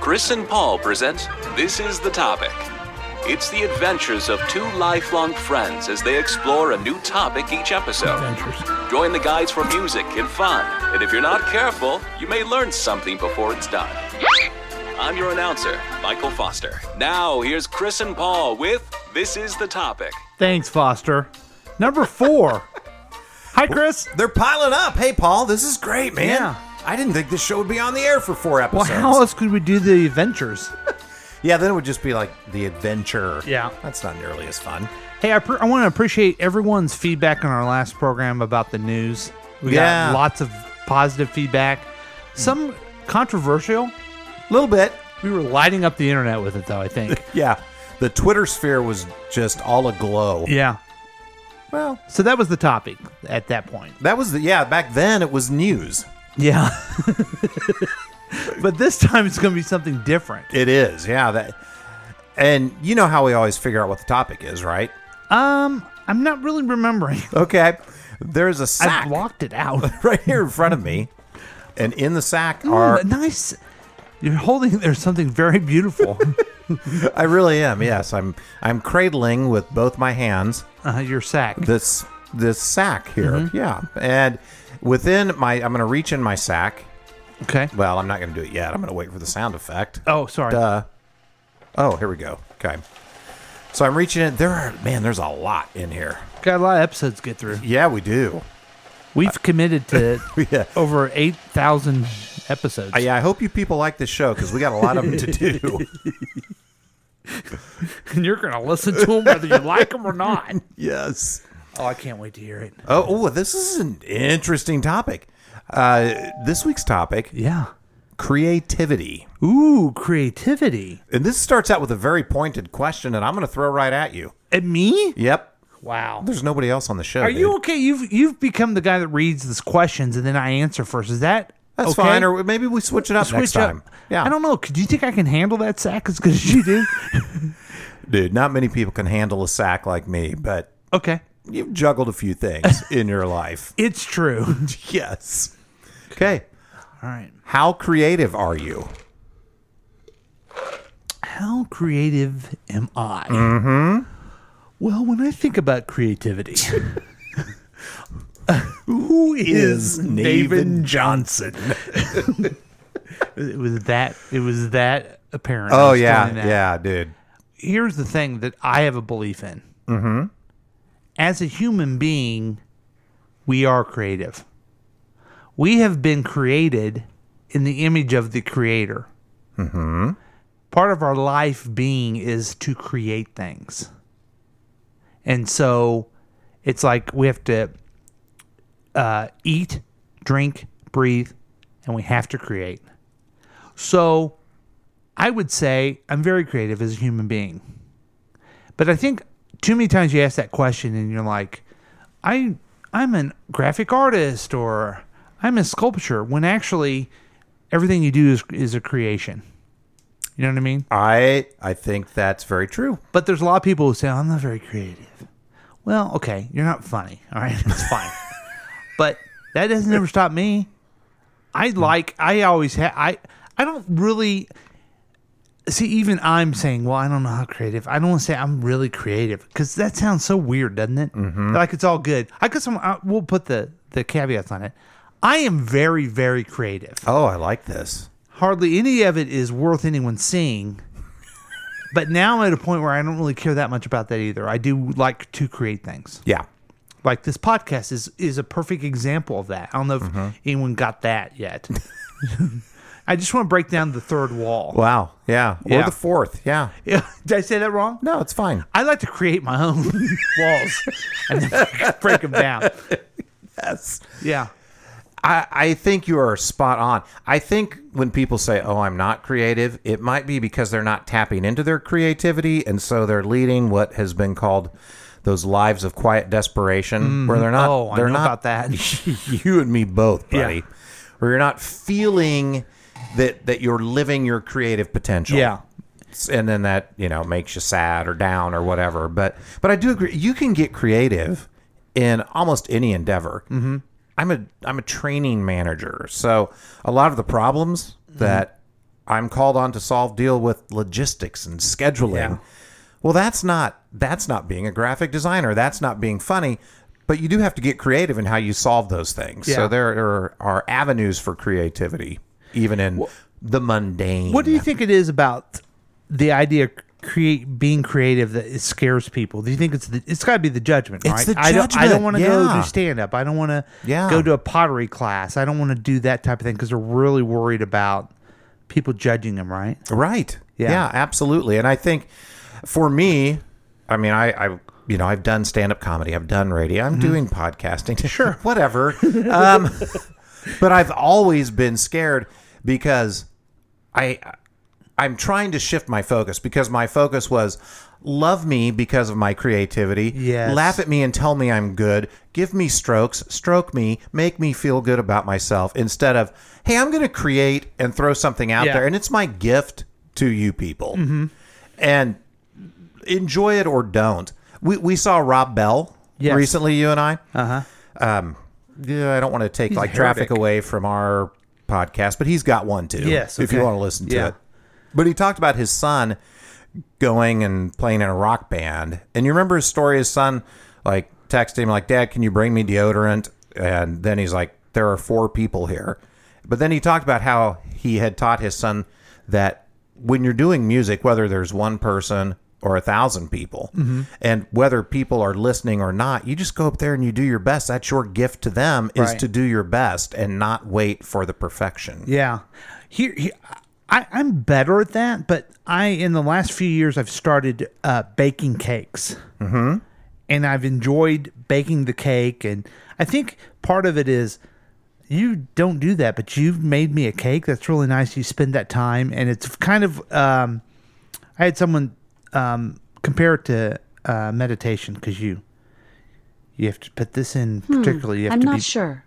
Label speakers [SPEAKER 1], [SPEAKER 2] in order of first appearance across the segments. [SPEAKER 1] Chris and Paul present This is the Topic. It's the adventures of two lifelong friends as they explore a new topic each episode. Join the guides for music and fun, and if you're not careful, you may learn something before it's done. I'm your announcer, Michael Foster. Now, here's Chris and Paul with This is the Topic.
[SPEAKER 2] Thanks, Foster. Number four. Hi, Chris.
[SPEAKER 3] They're piling up. Hey, Paul, this is great, man.
[SPEAKER 2] Yeah.
[SPEAKER 3] I didn't think this show would be on the air for four
[SPEAKER 2] Well,
[SPEAKER 3] episodes.
[SPEAKER 2] how else could we do the adventures?
[SPEAKER 3] yeah, then it would just be like the adventure.
[SPEAKER 2] Yeah.
[SPEAKER 3] That's not nearly as fun.
[SPEAKER 2] Hey, I, pre- I want to appreciate everyone's feedback on our last program about the news. We
[SPEAKER 3] Yeah.
[SPEAKER 2] got lots of positive feedback. Some controversial.
[SPEAKER 3] A little bit.
[SPEAKER 2] We were lighting up the internet with it, though, I think.
[SPEAKER 3] Yeah. The Twitter sphere was just all aglow.
[SPEAKER 2] yeah.
[SPEAKER 3] Well,
[SPEAKER 2] So that was the topic at that point.
[SPEAKER 3] that was the, yeah, back then it was news.
[SPEAKER 2] Yeah. but this time it's going to be something different.
[SPEAKER 3] It is. Yeah. That, and you know how we always figure out what the topic is, right?
[SPEAKER 2] Um, I'm not really remembering.
[SPEAKER 3] Okay. There's a sack
[SPEAKER 2] I blocked it out.
[SPEAKER 3] right here in front of me. And in the sack
[SPEAKER 2] Ooh,
[SPEAKER 3] are
[SPEAKER 2] nice. You're holding there's something very beautiful.
[SPEAKER 3] I really am. Yes, I'm I'm cradling with both my hands
[SPEAKER 2] uh, your sack.
[SPEAKER 3] this this sack here.
[SPEAKER 2] Mm-hmm.
[SPEAKER 3] Yeah. And within my I'm going to reach in my sack.
[SPEAKER 2] okay.
[SPEAKER 3] Well, I'm not going to do it yet. I'm going to wait for the sound effect.
[SPEAKER 2] Oh, sorry.
[SPEAKER 3] Duh. Oh, here we go. Okay. So I'm reaching in. There are man, there's a lot in here.
[SPEAKER 2] Got a lot of episodes to get through.
[SPEAKER 3] Yeah, we do.
[SPEAKER 2] We've committed to
[SPEAKER 3] Yeah.
[SPEAKER 2] over 8,000 episodes.
[SPEAKER 3] Uh, yeah, I hope you people like this show because we got a lot of them to do.
[SPEAKER 2] And you're going to listen to them whether you like them or not.
[SPEAKER 3] yes.
[SPEAKER 2] Oh, I can't wait to hear it.
[SPEAKER 3] Oh, oh, this is an interesting topic. Uh, this week's topic:
[SPEAKER 2] Yeah.
[SPEAKER 3] creativity.
[SPEAKER 2] Ooh, creativity.
[SPEAKER 3] And this starts out with a very pointed question, and I'm going to throw right at you.
[SPEAKER 2] At me?
[SPEAKER 3] Yep.
[SPEAKER 2] Wow.
[SPEAKER 3] There's nobody else on the show.
[SPEAKER 2] Are you
[SPEAKER 3] dude.
[SPEAKER 2] okay? You've you've become the guy that reads these questions and then I answer first. Is that
[SPEAKER 3] That's
[SPEAKER 2] okay?
[SPEAKER 3] fine. Or maybe we switch it up next
[SPEAKER 2] Switch up.
[SPEAKER 3] time. Yeah.
[SPEAKER 2] I don't know. Could you think I can handle that sack as good as you do?
[SPEAKER 3] dude. Not many people can handle a sack like me, but
[SPEAKER 2] okay.
[SPEAKER 3] you've juggled a few things in your life.
[SPEAKER 2] It's true.
[SPEAKER 3] Yes. Okay.
[SPEAKER 2] All right.
[SPEAKER 3] How creative are you?
[SPEAKER 2] How creative am I?
[SPEAKER 3] Mm-hmm.
[SPEAKER 2] Well, when I think about creativity, who is David?
[SPEAKER 3] Johnson?
[SPEAKER 2] It was that. It was that apparent. I
[SPEAKER 3] Oh
[SPEAKER 2] was
[SPEAKER 3] yeah,
[SPEAKER 2] doing that.
[SPEAKER 3] yeah, dude.
[SPEAKER 2] Here's the thing that I have a belief in. Mm-hmm. As a human being, we are creative. We have been created in the image of the Creator. Mm-hmm. Part of our life being is to create things. And so it's like we have to uh, eat, drink, breathe, and we have to create. So I would say I'm very creative as a human being. But I think too many times you ask that question and you're like, I I'm a graphic artist or I'm a sculpture when actually everything you do is is a creation. You know what I mean?
[SPEAKER 3] I I think that's very true.
[SPEAKER 2] But there's a lot of people who say, I'm not very creative. Well, okay, you're not funny. All right, it's fine. but that doesn't ever stop me. I like, I always have, I, I don't really see, even I'm saying, well, I don't know how creative. I don't want to say I'm really creative because that sounds so weird, doesn't it? Like it's all good. I guess I'm, I, we'll put the, the caveats on it. I am very, very creative
[SPEAKER 3] Oh, I like this.
[SPEAKER 2] hardly any of it is worth anyone seeing. But now I'm at a point where I don't really care that much about that either. I do like to create things.
[SPEAKER 3] Yeah.
[SPEAKER 2] Like this podcast is is a perfect example of that. I don't know if
[SPEAKER 3] Mm-hmm.
[SPEAKER 2] anyone got that yet. I just want to break down the third wall.
[SPEAKER 3] Wow. Yeah. Or
[SPEAKER 2] Yeah.
[SPEAKER 3] the fourth. Yeah.
[SPEAKER 2] Did I say that wrong?
[SPEAKER 3] No, it's fine.
[SPEAKER 2] I like to create my own walls and then break them down.
[SPEAKER 3] Yes.
[SPEAKER 2] Yeah.
[SPEAKER 3] I, I think you are spot on. I think when people say, "Oh, I'm not creative," it might be because they're not tapping into their creativity, and so they're leading what has been called those lives of quiet desperation, where they're not.
[SPEAKER 2] Oh, I
[SPEAKER 3] Uh, they're
[SPEAKER 2] know
[SPEAKER 3] not
[SPEAKER 2] about that.
[SPEAKER 3] you and me both, buddy.
[SPEAKER 2] Yeah.
[SPEAKER 3] Where you're not feeling that that you're living your creative potential.
[SPEAKER 2] Yeah.
[SPEAKER 3] S- And then that, you know, makes you sad or down or whatever. But but I do agree you can get creative in almost any endeavor. Mm-hmm.
[SPEAKER 2] Mm-hmm.
[SPEAKER 3] I'm a I'm a training manager. So a lot of the problems that I'm called on to solve deal with logistics and scheduling.
[SPEAKER 2] Yeah.
[SPEAKER 3] Well, that's not that's not being a graphic designer. That's not being funny. But you do have to get creative in how you solve those things.
[SPEAKER 2] Yeah.
[SPEAKER 3] So there are, are avenues for creativity, even in the mundane.
[SPEAKER 2] What do you think it is about the idea of create being creative that it scares people? Do you think it's the, it's got to be the judgment,
[SPEAKER 3] It's
[SPEAKER 2] right?
[SPEAKER 3] the
[SPEAKER 2] I don't I don't
[SPEAKER 3] judgment,
[SPEAKER 2] want to go
[SPEAKER 3] yeah.
[SPEAKER 2] do stand up. I don't want to
[SPEAKER 3] Yeah.
[SPEAKER 2] go to a pottery class. I don't want to do that type of thing because they're really worried about people judging them, right?
[SPEAKER 3] Right.
[SPEAKER 2] Yeah.
[SPEAKER 3] Yeah. absolutely. And I think for me, I mean, I, I you know, I've done stand up comedy, I've done radio, I'm doing podcasting. Mm-hmm. Sure. Whatever. um, but I've always been scared because I I'm trying to shift my focus because my focus was love me because of my creativity.
[SPEAKER 2] Yes.
[SPEAKER 3] Laugh at me and tell me I'm good. Give me strokes, stroke me, make me feel good about myself instead of, hey, I'm going to create and throw something out
[SPEAKER 2] Yeah. Mm-hmm.
[SPEAKER 3] there and it's my gift to you people. And enjoy it or don't. We, we saw Rob Bell
[SPEAKER 2] Yes. Uh-huh.
[SPEAKER 3] recently, you and I. Uh huh. Um, yeah, I don't want to take like traffic
[SPEAKER 2] heretic.
[SPEAKER 3] away from our podcast, but he's got one too.
[SPEAKER 2] Yes,
[SPEAKER 3] If you
[SPEAKER 2] okay.
[SPEAKER 3] want to listen to
[SPEAKER 2] Yeah.
[SPEAKER 3] it. But he talked about his son going and playing in a rock band. And you remember his story? His son like texted him like, "Dad, can you bring me deodorant?" And then he's like, "There are four people here." But then he talked about how he had taught his son that when you're doing music, whether there's one person or a thousand people, and whether people are listening or not, you just go up there and you do your best. That's your gift to them is
[SPEAKER 2] Right.
[SPEAKER 3] to do your best and not wait for the perfection.
[SPEAKER 2] Yeah. Here, here I, I'm better at that, but I in the last few years I've started uh, baking cakes, mm-hmm. and I've enjoyed baking the cake. And I think part of it is you don't do that, but you've made me a cake that's really nice. You spend that time, and it's kind of. Um, I had someone um, compare it to uh, meditation because you. You have to put this in particularly. You have
[SPEAKER 4] Hmm. I'm
[SPEAKER 2] to
[SPEAKER 4] not
[SPEAKER 2] be,
[SPEAKER 4] sure.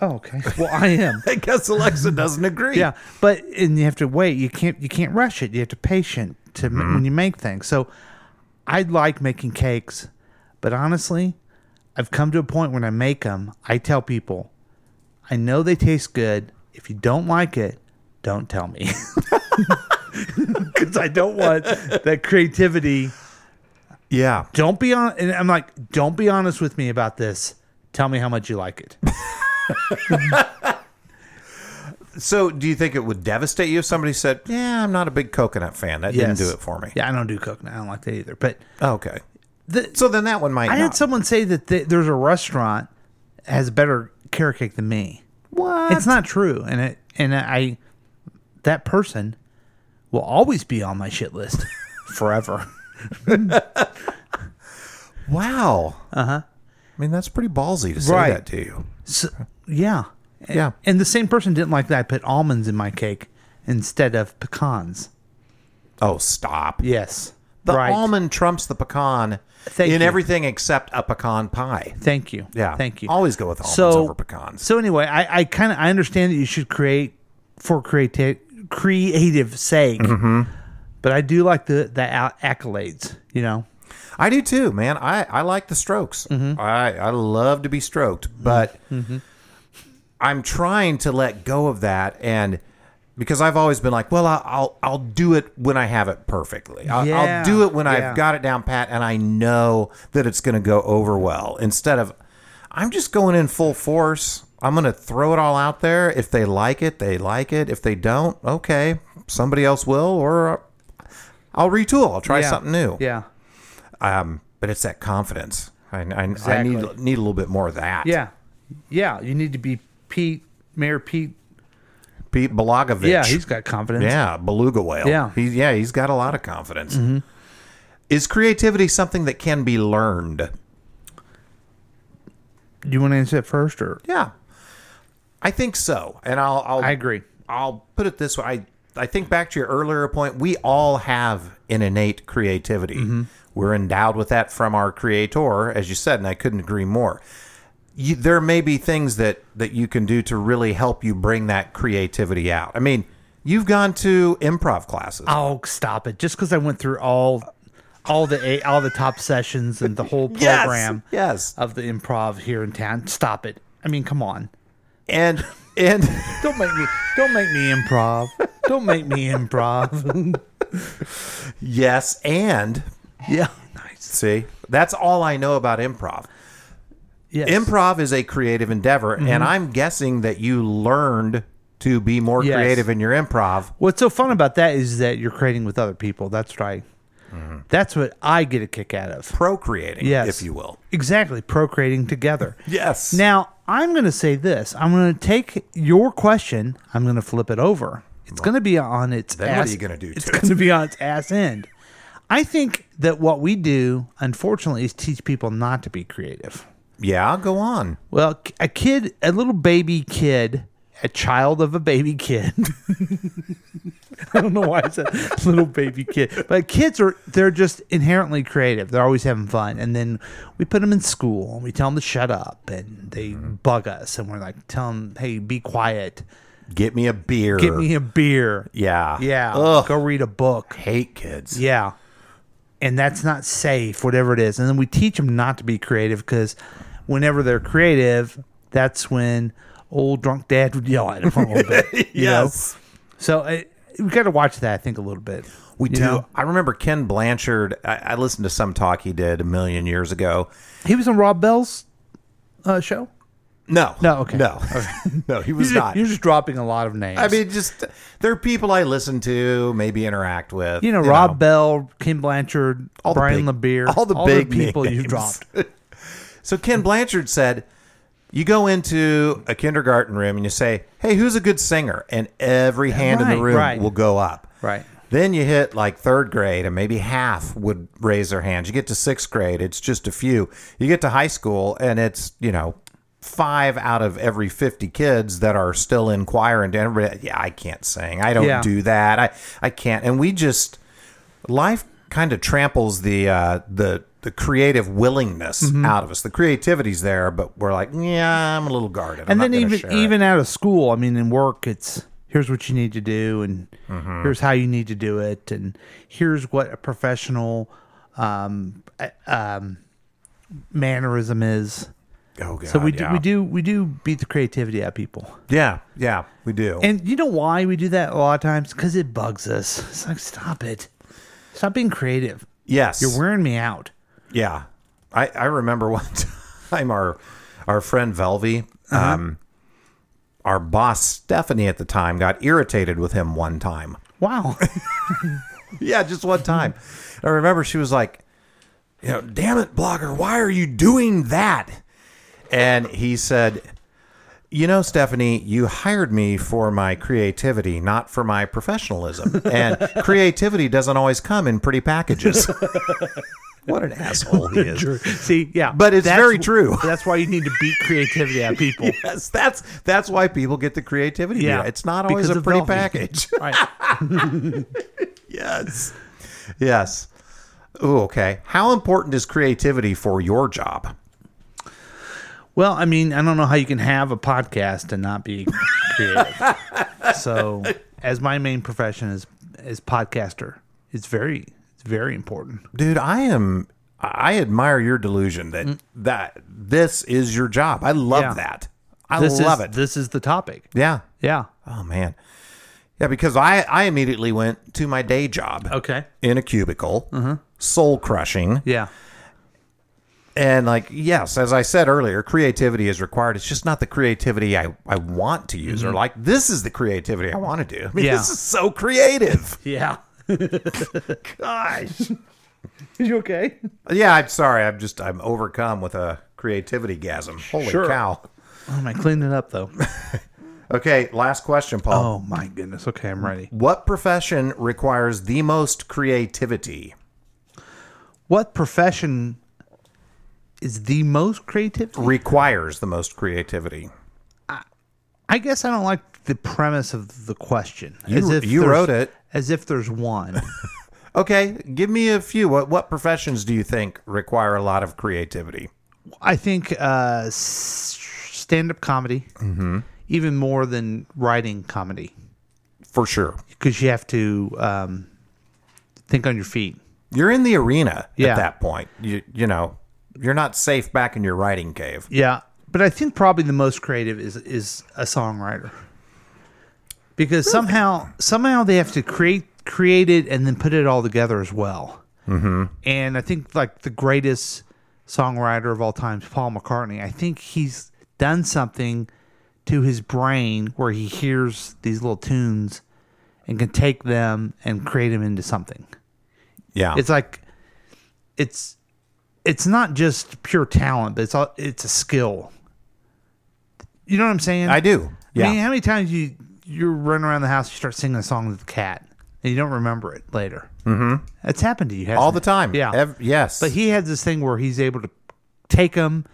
[SPEAKER 2] Oh, okay. Well, I am.
[SPEAKER 3] I guess Alexa doesn't agree.
[SPEAKER 2] Yeah, but and you have to wait. You can't you can't rush it. You have to patient to
[SPEAKER 3] Mm-hmm.
[SPEAKER 2] m when you make things. So I like making cakes, but honestly, I've come to a point when I make them, I tell people, I know they taste good. If you don't like it, don't tell me. Cuz I don't want that creativity.
[SPEAKER 3] Yeah.
[SPEAKER 2] Don't be on and I'm like, don't be honest with me about this. Tell me how much you like it.
[SPEAKER 3] So, do you think it would devastate you if somebody said, "Yeah, I'm not a big coconut fan. That
[SPEAKER 2] Yes.
[SPEAKER 3] didn't do it for me." Oh,
[SPEAKER 2] Yeah, I don't do cooking. I don't like that either. But
[SPEAKER 3] Okay.
[SPEAKER 2] the,
[SPEAKER 3] So then that one might.
[SPEAKER 2] I
[SPEAKER 3] not.
[SPEAKER 2] had someone say that th- there's a restaurant that has better carrot cake than me.
[SPEAKER 3] What?
[SPEAKER 2] It's not true, and it and I that person will always be on my shit list forever.
[SPEAKER 3] wow. Uh huh. I mean, that's pretty ballsy to say
[SPEAKER 2] Uh-huh. Right.
[SPEAKER 3] that to you.
[SPEAKER 2] So, yeah,
[SPEAKER 3] Yeah.
[SPEAKER 2] and the same person didn't like that I put almonds in my cake instead of pecans.
[SPEAKER 3] Oh, stop.
[SPEAKER 2] Yes,
[SPEAKER 3] The
[SPEAKER 2] right.
[SPEAKER 3] almond trumps the pecan
[SPEAKER 2] Thank
[SPEAKER 3] in
[SPEAKER 2] you.
[SPEAKER 3] everything except a pecan pie.
[SPEAKER 2] Thank you.
[SPEAKER 3] Yeah.
[SPEAKER 2] Thank you.
[SPEAKER 3] Always go with almonds
[SPEAKER 2] so,
[SPEAKER 3] over pecans.
[SPEAKER 2] So anyway, I, I kind of I understand that you should create for creative creative sake,
[SPEAKER 3] Mm-hmm.
[SPEAKER 2] but I do like the the a- accolades. You know,
[SPEAKER 3] I do too, man. I, I like the strokes.
[SPEAKER 2] Mm-hmm.
[SPEAKER 3] I, I love to be stroked, but I'm trying to let go of that and because I've always been like, well, I'll I'll, I'll do it when I have it perfectly. I'll,
[SPEAKER 2] Yeah,
[SPEAKER 3] I'll do it when
[SPEAKER 2] yeah.
[SPEAKER 3] I've got it down pat and I know that it's going to go over well. Instead of I'm just going in full force. I'm going to throw it all out there. If they like it, they like it. If they don't, okay, somebody else will or I'll retool. I'll try
[SPEAKER 2] Yeah.
[SPEAKER 3] something new
[SPEAKER 2] Yeah,
[SPEAKER 3] um, but it's that confidence. I, I, I
[SPEAKER 2] Exactly.
[SPEAKER 3] need need a little bit more of that.
[SPEAKER 2] yeah, yeah. You need to be Pete Mayor Pete.
[SPEAKER 3] Pete Belogovich.
[SPEAKER 2] Yeah, he's got confidence.
[SPEAKER 3] yeah, beluga whale.
[SPEAKER 2] Yeah. Mm-hmm.
[SPEAKER 3] he, yeah, he's got a lot of confidence. Is creativity something that can be learned?
[SPEAKER 2] Do you want to answer that first, or
[SPEAKER 3] Yeah, I think so. And I'll, I'll
[SPEAKER 2] I agree.
[SPEAKER 3] I'll put it this way. I I think back to your earlier point. We all have an innate creativity.
[SPEAKER 2] Mm-hmm.
[SPEAKER 3] We're endowed with that from our creator, as you said, and I couldn't agree more. You, there may be things that that you can do to really help you bring that creativity out. I mean, you've gone to improv classes.
[SPEAKER 2] Oh, stop it! Just because I went through all all the a- all the top sessions and the whole
[SPEAKER 3] Yes,
[SPEAKER 2] program
[SPEAKER 3] yes.
[SPEAKER 2] of the improv here in town. Stop it! I mean, come on.
[SPEAKER 3] and and
[SPEAKER 2] Don't make me. Don't make me improv. Don't make me improv.
[SPEAKER 3] Yes, and
[SPEAKER 2] yeah.
[SPEAKER 3] see, that's all I know about improv.
[SPEAKER 2] Yes. Mm-hmm.
[SPEAKER 3] Improv is a creative endeavor, and I'm guessing that you learned to be more
[SPEAKER 2] Yes.
[SPEAKER 3] creative in your improv.
[SPEAKER 2] What's so fun about that is that you're creating with other people. That's right. That's what I get a kick out of.
[SPEAKER 3] procreating,
[SPEAKER 2] Yes.
[SPEAKER 3] if you will.
[SPEAKER 2] Exactly. Procreating together.
[SPEAKER 3] Yes.
[SPEAKER 2] Now, I'm going to say this. I'm going to take your question. I'm going to flip it over. It's going to be on its
[SPEAKER 3] Then
[SPEAKER 2] ass.
[SPEAKER 3] what are you gonna do
[SPEAKER 2] It's
[SPEAKER 3] to
[SPEAKER 2] going to be on its ass end. I think that what we do, unfortunately, is teach people not to be creative.
[SPEAKER 3] yeah, go on.
[SPEAKER 2] Well, k- a kid, a little baby kid, a child of a baby kid. I don't know why I said little baby kid, but kids are they're just inherently creative. They're always having fun, and then we put them in school and we tell them to shut up, and they bug us, and we're like, tell them, hey, be quiet,
[SPEAKER 3] Get me a beer.
[SPEAKER 2] get me a beer,
[SPEAKER 3] yeah.
[SPEAKER 2] yeah,
[SPEAKER 3] Ugh.
[SPEAKER 2] go read a book,
[SPEAKER 3] Hate kids.
[SPEAKER 2] yeah. And that's not safe, whatever it is. And then we teach them not to be creative because whenever they're creative, that's when old drunk dad would yell at them a little bit. You
[SPEAKER 3] Yes.
[SPEAKER 2] Know? So uh, we got to watch that, I think, a little bit.
[SPEAKER 3] We
[SPEAKER 2] You
[SPEAKER 3] do.
[SPEAKER 2] know?
[SPEAKER 3] I remember Ken Blanchard. I, I listened to some talk he did a million years ago.
[SPEAKER 2] He was on Rob Bell's uh, show.
[SPEAKER 3] No.
[SPEAKER 2] No, okay.
[SPEAKER 3] No. no, he was
[SPEAKER 2] You're ju-
[SPEAKER 3] not.
[SPEAKER 2] You're just dropping a lot of names.
[SPEAKER 3] I mean, just there are people I listen to, maybe interact with.
[SPEAKER 2] you know, Rob Bell, Kim Blanchard,
[SPEAKER 3] All the
[SPEAKER 2] Brian
[SPEAKER 3] big-
[SPEAKER 2] LeBeer,
[SPEAKER 3] all the big
[SPEAKER 2] people you
[SPEAKER 3] nicknames.
[SPEAKER 2] dropped.
[SPEAKER 3] So Ken Blanchard said, "You go into a kindergarten room and you say, "Hey, who's a good singer?" and every hand in
[SPEAKER 2] Right,
[SPEAKER 3] the room
[SPEAKER 2] right.
[SPEAKER 3] will go up.
[SPEAKER 2] Right.
[SPEAKER 3] Then you hit like 3rd grade and maybe half would raise their hands. You get to 6th grade, it's just a few. You get to high school and it's, you know, 5 out of every 50 kids that are still in choir and everybody, yeah, I can't sing. I don't
[SPEAKER 2] Yeah.
[SPEAKER 3] do that. I I can't. And we just life kind of tramples the uh, the the creative willingness
[SPEAKER 2] Mm-hmm.
[SPEAKER 3] out of us. The creativity's there, but we're like, yeah, I'm a little guarded. I'm
[SPEAKER 2] and
[SPEAKER 3] not
[SPEAKER 2] then
[SPEAKER 3] gonna
[SPEAKER 2] even
[SPEAKER 3] share it."
[SPEAKER 2] even out of school, I mean, in work, it's here's what you need to do, and
[SPEAKER 3] Mm-hmm.
[SPEAKER 2] here's how you need to do it, and here's what a professional um, uh, um, mannerism is.
[SPEAKER 3] oh god,
[SPEAKER 2] So we
[SPEAKER 3] yeah.
[SPEAKER 2] do we do we do beat the creativity out of people,
[SPEAKER 3] yeah, yeah, we do.
[SPEAKER 2] and you know why we do that a lot of times? Because it bugs us. It's like stop it, stop being creative.
[SPEAKER 3] yes,
[SPEAKER 2] You're wearing me out.
[SPEAKER 3] yeah. I I remember one time our our friend Velvy,
[SPEAKER 2] Uh-huh.
[SPEAKER 3] um, our boss Stephanie at the time got irritated with him one time.
[SPEAKER 2] Wow.
[SPEAKER 3] Yeah, just one time. I remember she was like, you know, damn it, blogger, why are you doing that? And he said, you know, Stephanie, you hired me for my creativity, not for my professionalism. And creativity doesn't always come in pretty packages. what an asshole he is.
[SPEAKER 2] See, yeah,
[SPEAKER 3] But it's
[SPEAKER 2] that's-
[SPEAKER 3] very true.
[SPEAKER 2] That's why you need to beat creativity out of people.
[SPEAKER 3] Yes, that's that's why people get the creativity.
[SPEAKER 2] Yeah,
[SPEAKER 3] Yeah, it's not always
[SPEAKER 2] because
[SPEAKER 3] a
[SPEAKER 2] of
[SPEAKER 3] pretty
[SPEAKER 2] Velvy.
[SPEAKER 3] package.
[SPEAKER 2] Right.
[SPEAKER 3] yes, yes. Ooh, okay. How important is creativity for your job?
[SPEAKER 2] Well, I mean, I don't know how you can have a podcast and not be creative. so, as my main profession is is podcaster, it's very it's very important.
[SPEAKER 3] dude i am i admire your delusion that that this is your job i love
[SPEAKER 2] Mm. Yeah.
[SPEAKER 3] that i
[SPEAKER 2] This
[SPEAKER 3] love
[SPEAKER 2] is,
[SPEAKER 3] it
[SPEAKER 2] This is the topic.
[SPEAKER 3] yeah
[SPEAKER 2] Yeah.
[SPEAKER 3] oh man yeah because i i immediately went to my day job
[SPEAKER 2] Okay. Mm-hmm.
[SPEAKER 3] in a cubicle soul crushing
[SPEAKER 2] Yeah.
[SPEAKER 3] and like yes as i said earlier creativity is required it's just not the creativity i i want to use or like this is the creativity i want to do i
[SPEAKER 2] Mm-hmm.
[SPEAKER 3] mean
[SPEAKER 2] Yeah.
[SPEAKER 3] this is so creative
[SPEAKER 2] Yeah.
[SPEAKER 3] gosh
[SPEAKER 2] Is you okay?
[SPEAKER 3] yeah i'm sorry i'm just i'm overcome with a creativity gasm holy
[SPEAKER 2] Sure.
[SPEAKER 3] cow
[SPEAKER 2] Oh my, cleaned it up though.
[SPEAKER 3] Okay, last question, Paul.
[SPEAKER 2] Oh my goodness. Okay, I'm ready.
[SPEAKER 3] What profession requires the most creativity?
[SPEAKER 2] What profession is the most creative?
[SPEAKER 3] Requires the most creativity.
[SPEAKER 2] I guess I don't like the premise of the question.
[SPEAKER 3] You- you
[SPEAKER 2] there's-
[SPEAKER 3] wrote it.
[SPEAKER 2] As if there's one.
[SPEAKER 3] Okay, give me a few. What what professions do you think require a lot of creativity?
[SPEAKER 2] I think uh, s- stand-up comedy,
[SPEAKER 3] Mm-hmm.
[SPEAKER 2] even more than writing comedy,
[SPEAKER 3] For sure.
[SPEAKER 2] because you have to um, think on your feet.
[SPEAKER 3] You're in the arena
[SPEAKER 2] Yeah.
[SPEAKER 3] at that point. You you know, you're not safe back in your writing cave.
[SPEAKER 2] Yeah, but I think probably the most creative is is a songwriter. because somehow somehow they have to create create it and then put it all together as well. Mm-hmm. And I think like the greatest songwriter of all time, is Paul McCartney. I think he's done something to his brain where he hears these little tunes and can take them and create them into something.
[SPEAKER 3] Yeah.
[SPEAKER 2] It's like it's it's not just pure talent, but it's all, it's a skill. You know what I'm saying?
[SPEAKER 3] I do. Yeah.
[SPEAKER 2] I mean, how many times you you run around the house, you start singing a song to the cat, and you don't remember it later. Mm-hmm. That's happened to you hasn't
[SPEAKER 3] All the
[SPEAKER 2] it?
[SPEAKER 3] time.
[SPEAKER 2] Yeah.
[SPEAKER 3] Ev- yes.
[SPEAKER 2] but he has this thing where he's able to take them,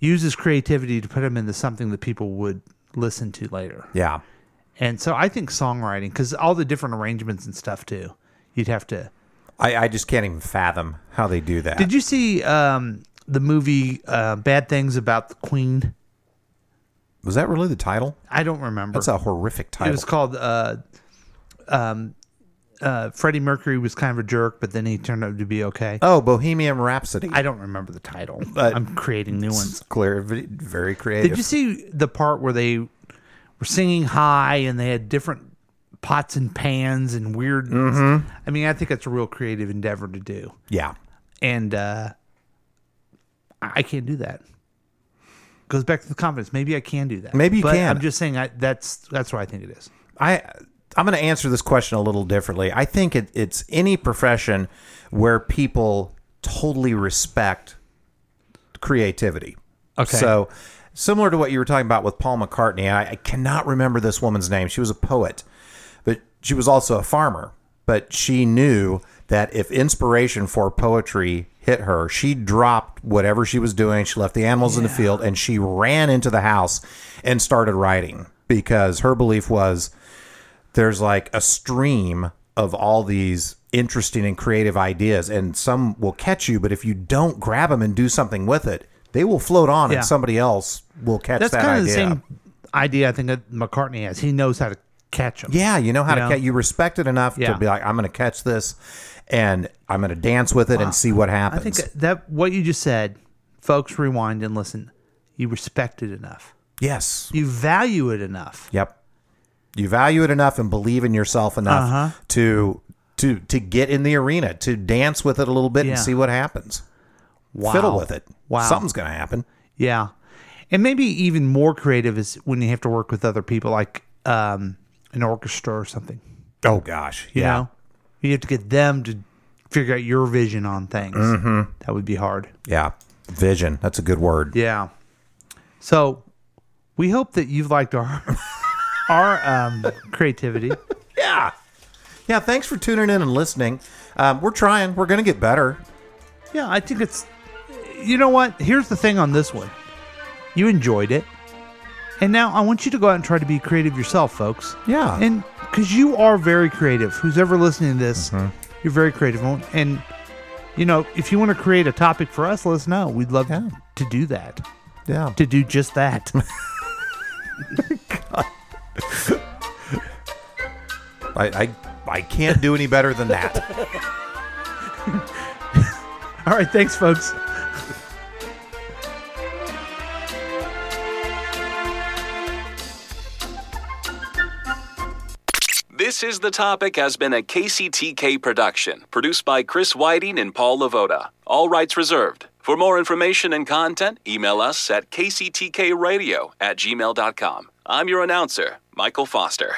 [SPEAKER 2] use his creativity to put them into something that people would listen to later.
[SPEAKER 3] yeah.
[SPEAKER 2] And so I think songwriting, because all the different arrangements and stuff too, you'd have to.
[SPEAKER 3] I, I just can't even fathom how they do that.
[SPEAKER 2] Did you see um, the movie uh, Bad Things About the Queen?
[SPEAKER 3] was that really the title?
[SPEAKER 2] I don't remember.
[SPEAKER 3] That's a horrific
[SPEAKER 2] it
[SPEAKER 3] title.
[SPEAKER 2] was called uh, um, uh, Freddie Mercury was kind of a jerk, but then he turned out to be okay.
[SPEAKER 3] oh, Bohemian Rhapsody.
[SPEAKER 2] I don't remember the title.
[SPEAKER 3] But-
[SPEAKER 2] I'm creating new ones.
[SPEAKER 3] it's clear, v- very creative.
[SPEAKER 2] Did you see the part where they were singing high and they had different pots and pans and weird?
[SPEAKER 3] Mm-hmm.
[SPEAKER 2] I mean, I think that's a real creative endeavor to do,
[SPEAKER 3] yeah.
[SPEAKER 2] and uh, I I can't do that. Goes back to the confidence. Maybe I can do that.
[SPEAKER 3] Maybe you
[SPEAKER 2] But
[SPEAKER 3] can.
[SPEAKER 2] I'm just saying I, that's that's what I think it is.
[SPEAKER 3] I I'm going to answer this question a little differently. I think it, it's any profession where people totally respect creativity.
[SPEAKER 2] Okay.
[SPEAKER 3] So similar to what you were talking about with Paul McCartney, I, I cannot remember this woman's name. She was a poet, but she was also a farmer. But she knew that if inspiration for poetry hit her, she dropped whatever she was doing. She left the animals in the field and she ran into the house and started writing because her belief was there's like a stream of all these interesting and creative ideas and some will catch you but if you don't grab them and do something with it they will float on
[SPEAKER 2] Yeah.
[SPEAKER 3] and somebody else will catch
[SPEAKER 2] That's
[SPEAKER 3] that
[SPEAKER 2] kind of
[SPEAKER 3] idea
[SPEAKER 2] the same idea I think that McCartney has. He knows how to catch them.
[SPEAKER 3] yeah you know how
[SPEAKER 2] Yeah.
[SPEAKER 3] to catch you respect it enough
[SPEAKER 2] Yeah.
[SPEAKER 3] to be like i'm gonna catch this and i'm gonna dance with it and see what
[SPEAKER 2] I
[SPEAKER 3] happens
[SPEAKER 2] think that what you just said, folks, rewind and listen. You respect it enough.
[SPEAKER 3] yes
[SPEAKER 2] You value it enough.
[SPEAKER 3] yep you value it enough and believe in yourself enough
[SPEAKER 2] Uh-huh.
[SPEAKER 3] to to to get in the arena to dance with it a little bit
[SPEAKER 2] Yeah.
[SPEAKER 3] and see what happens
[SPEAKER 2] Wow.
[SPEAKER 3] fiddle with it
[SPEAKER 2] Wow.
[SPEAKER 3] something's gonna happen
[SPEAKER 2] Yeah. And maybe even more creative is when you have to work with other people, like um, an orchestra or something.
[SPEAKER 3] Oh gosh,
[SPEAKER 2] You
[SPEAKER 3] yeah.
[SPEAKER 2] know, you have to get them to figure out your vision on things. That would be hard.
[SPEAKER 3] Yeah. Vision. That's a good word.
[SPEAKER 2] Yeah. So we hope that you've liked our our um, creativity.
[SPEAKER 3] Yeah. Yeah, thanks for tuning in and listening. Um, we're trying. We're going to get better.
[SPEAKER 2] Yeah, I think it's. You know what? Here's the thing on this one. You enjoyed it. And now I want you to go out and try to be creative yourself, folks.
[SPEAKER 3] Yeah.
[SPEAKER 2] And because you are very creative. Who's ever listening to this,
[SPEAKER 3] Mm-hmm.
[SPEAKER 2] you're very creative. And, you know, if you want to create a topic for us, let us know. We'd love
[SPEAKER 3] Yeah.
[SPEAKER 2] to do that,
[SPEAKER 3] Yeah.
[SPEAKER 2] to do just that.
[SPEAKER 3] I, I, I can't do any better than that.
[SPEAKER 2] All right. Thanks, folks.
[SPEAKER 1] This is the topic has been a KCTK production, produced by Chris Whiting and Paul Lavoda. All rights reserved. For more information and content, email us at kctkradio at gmail.com. I'm your announcer, Michael Foster.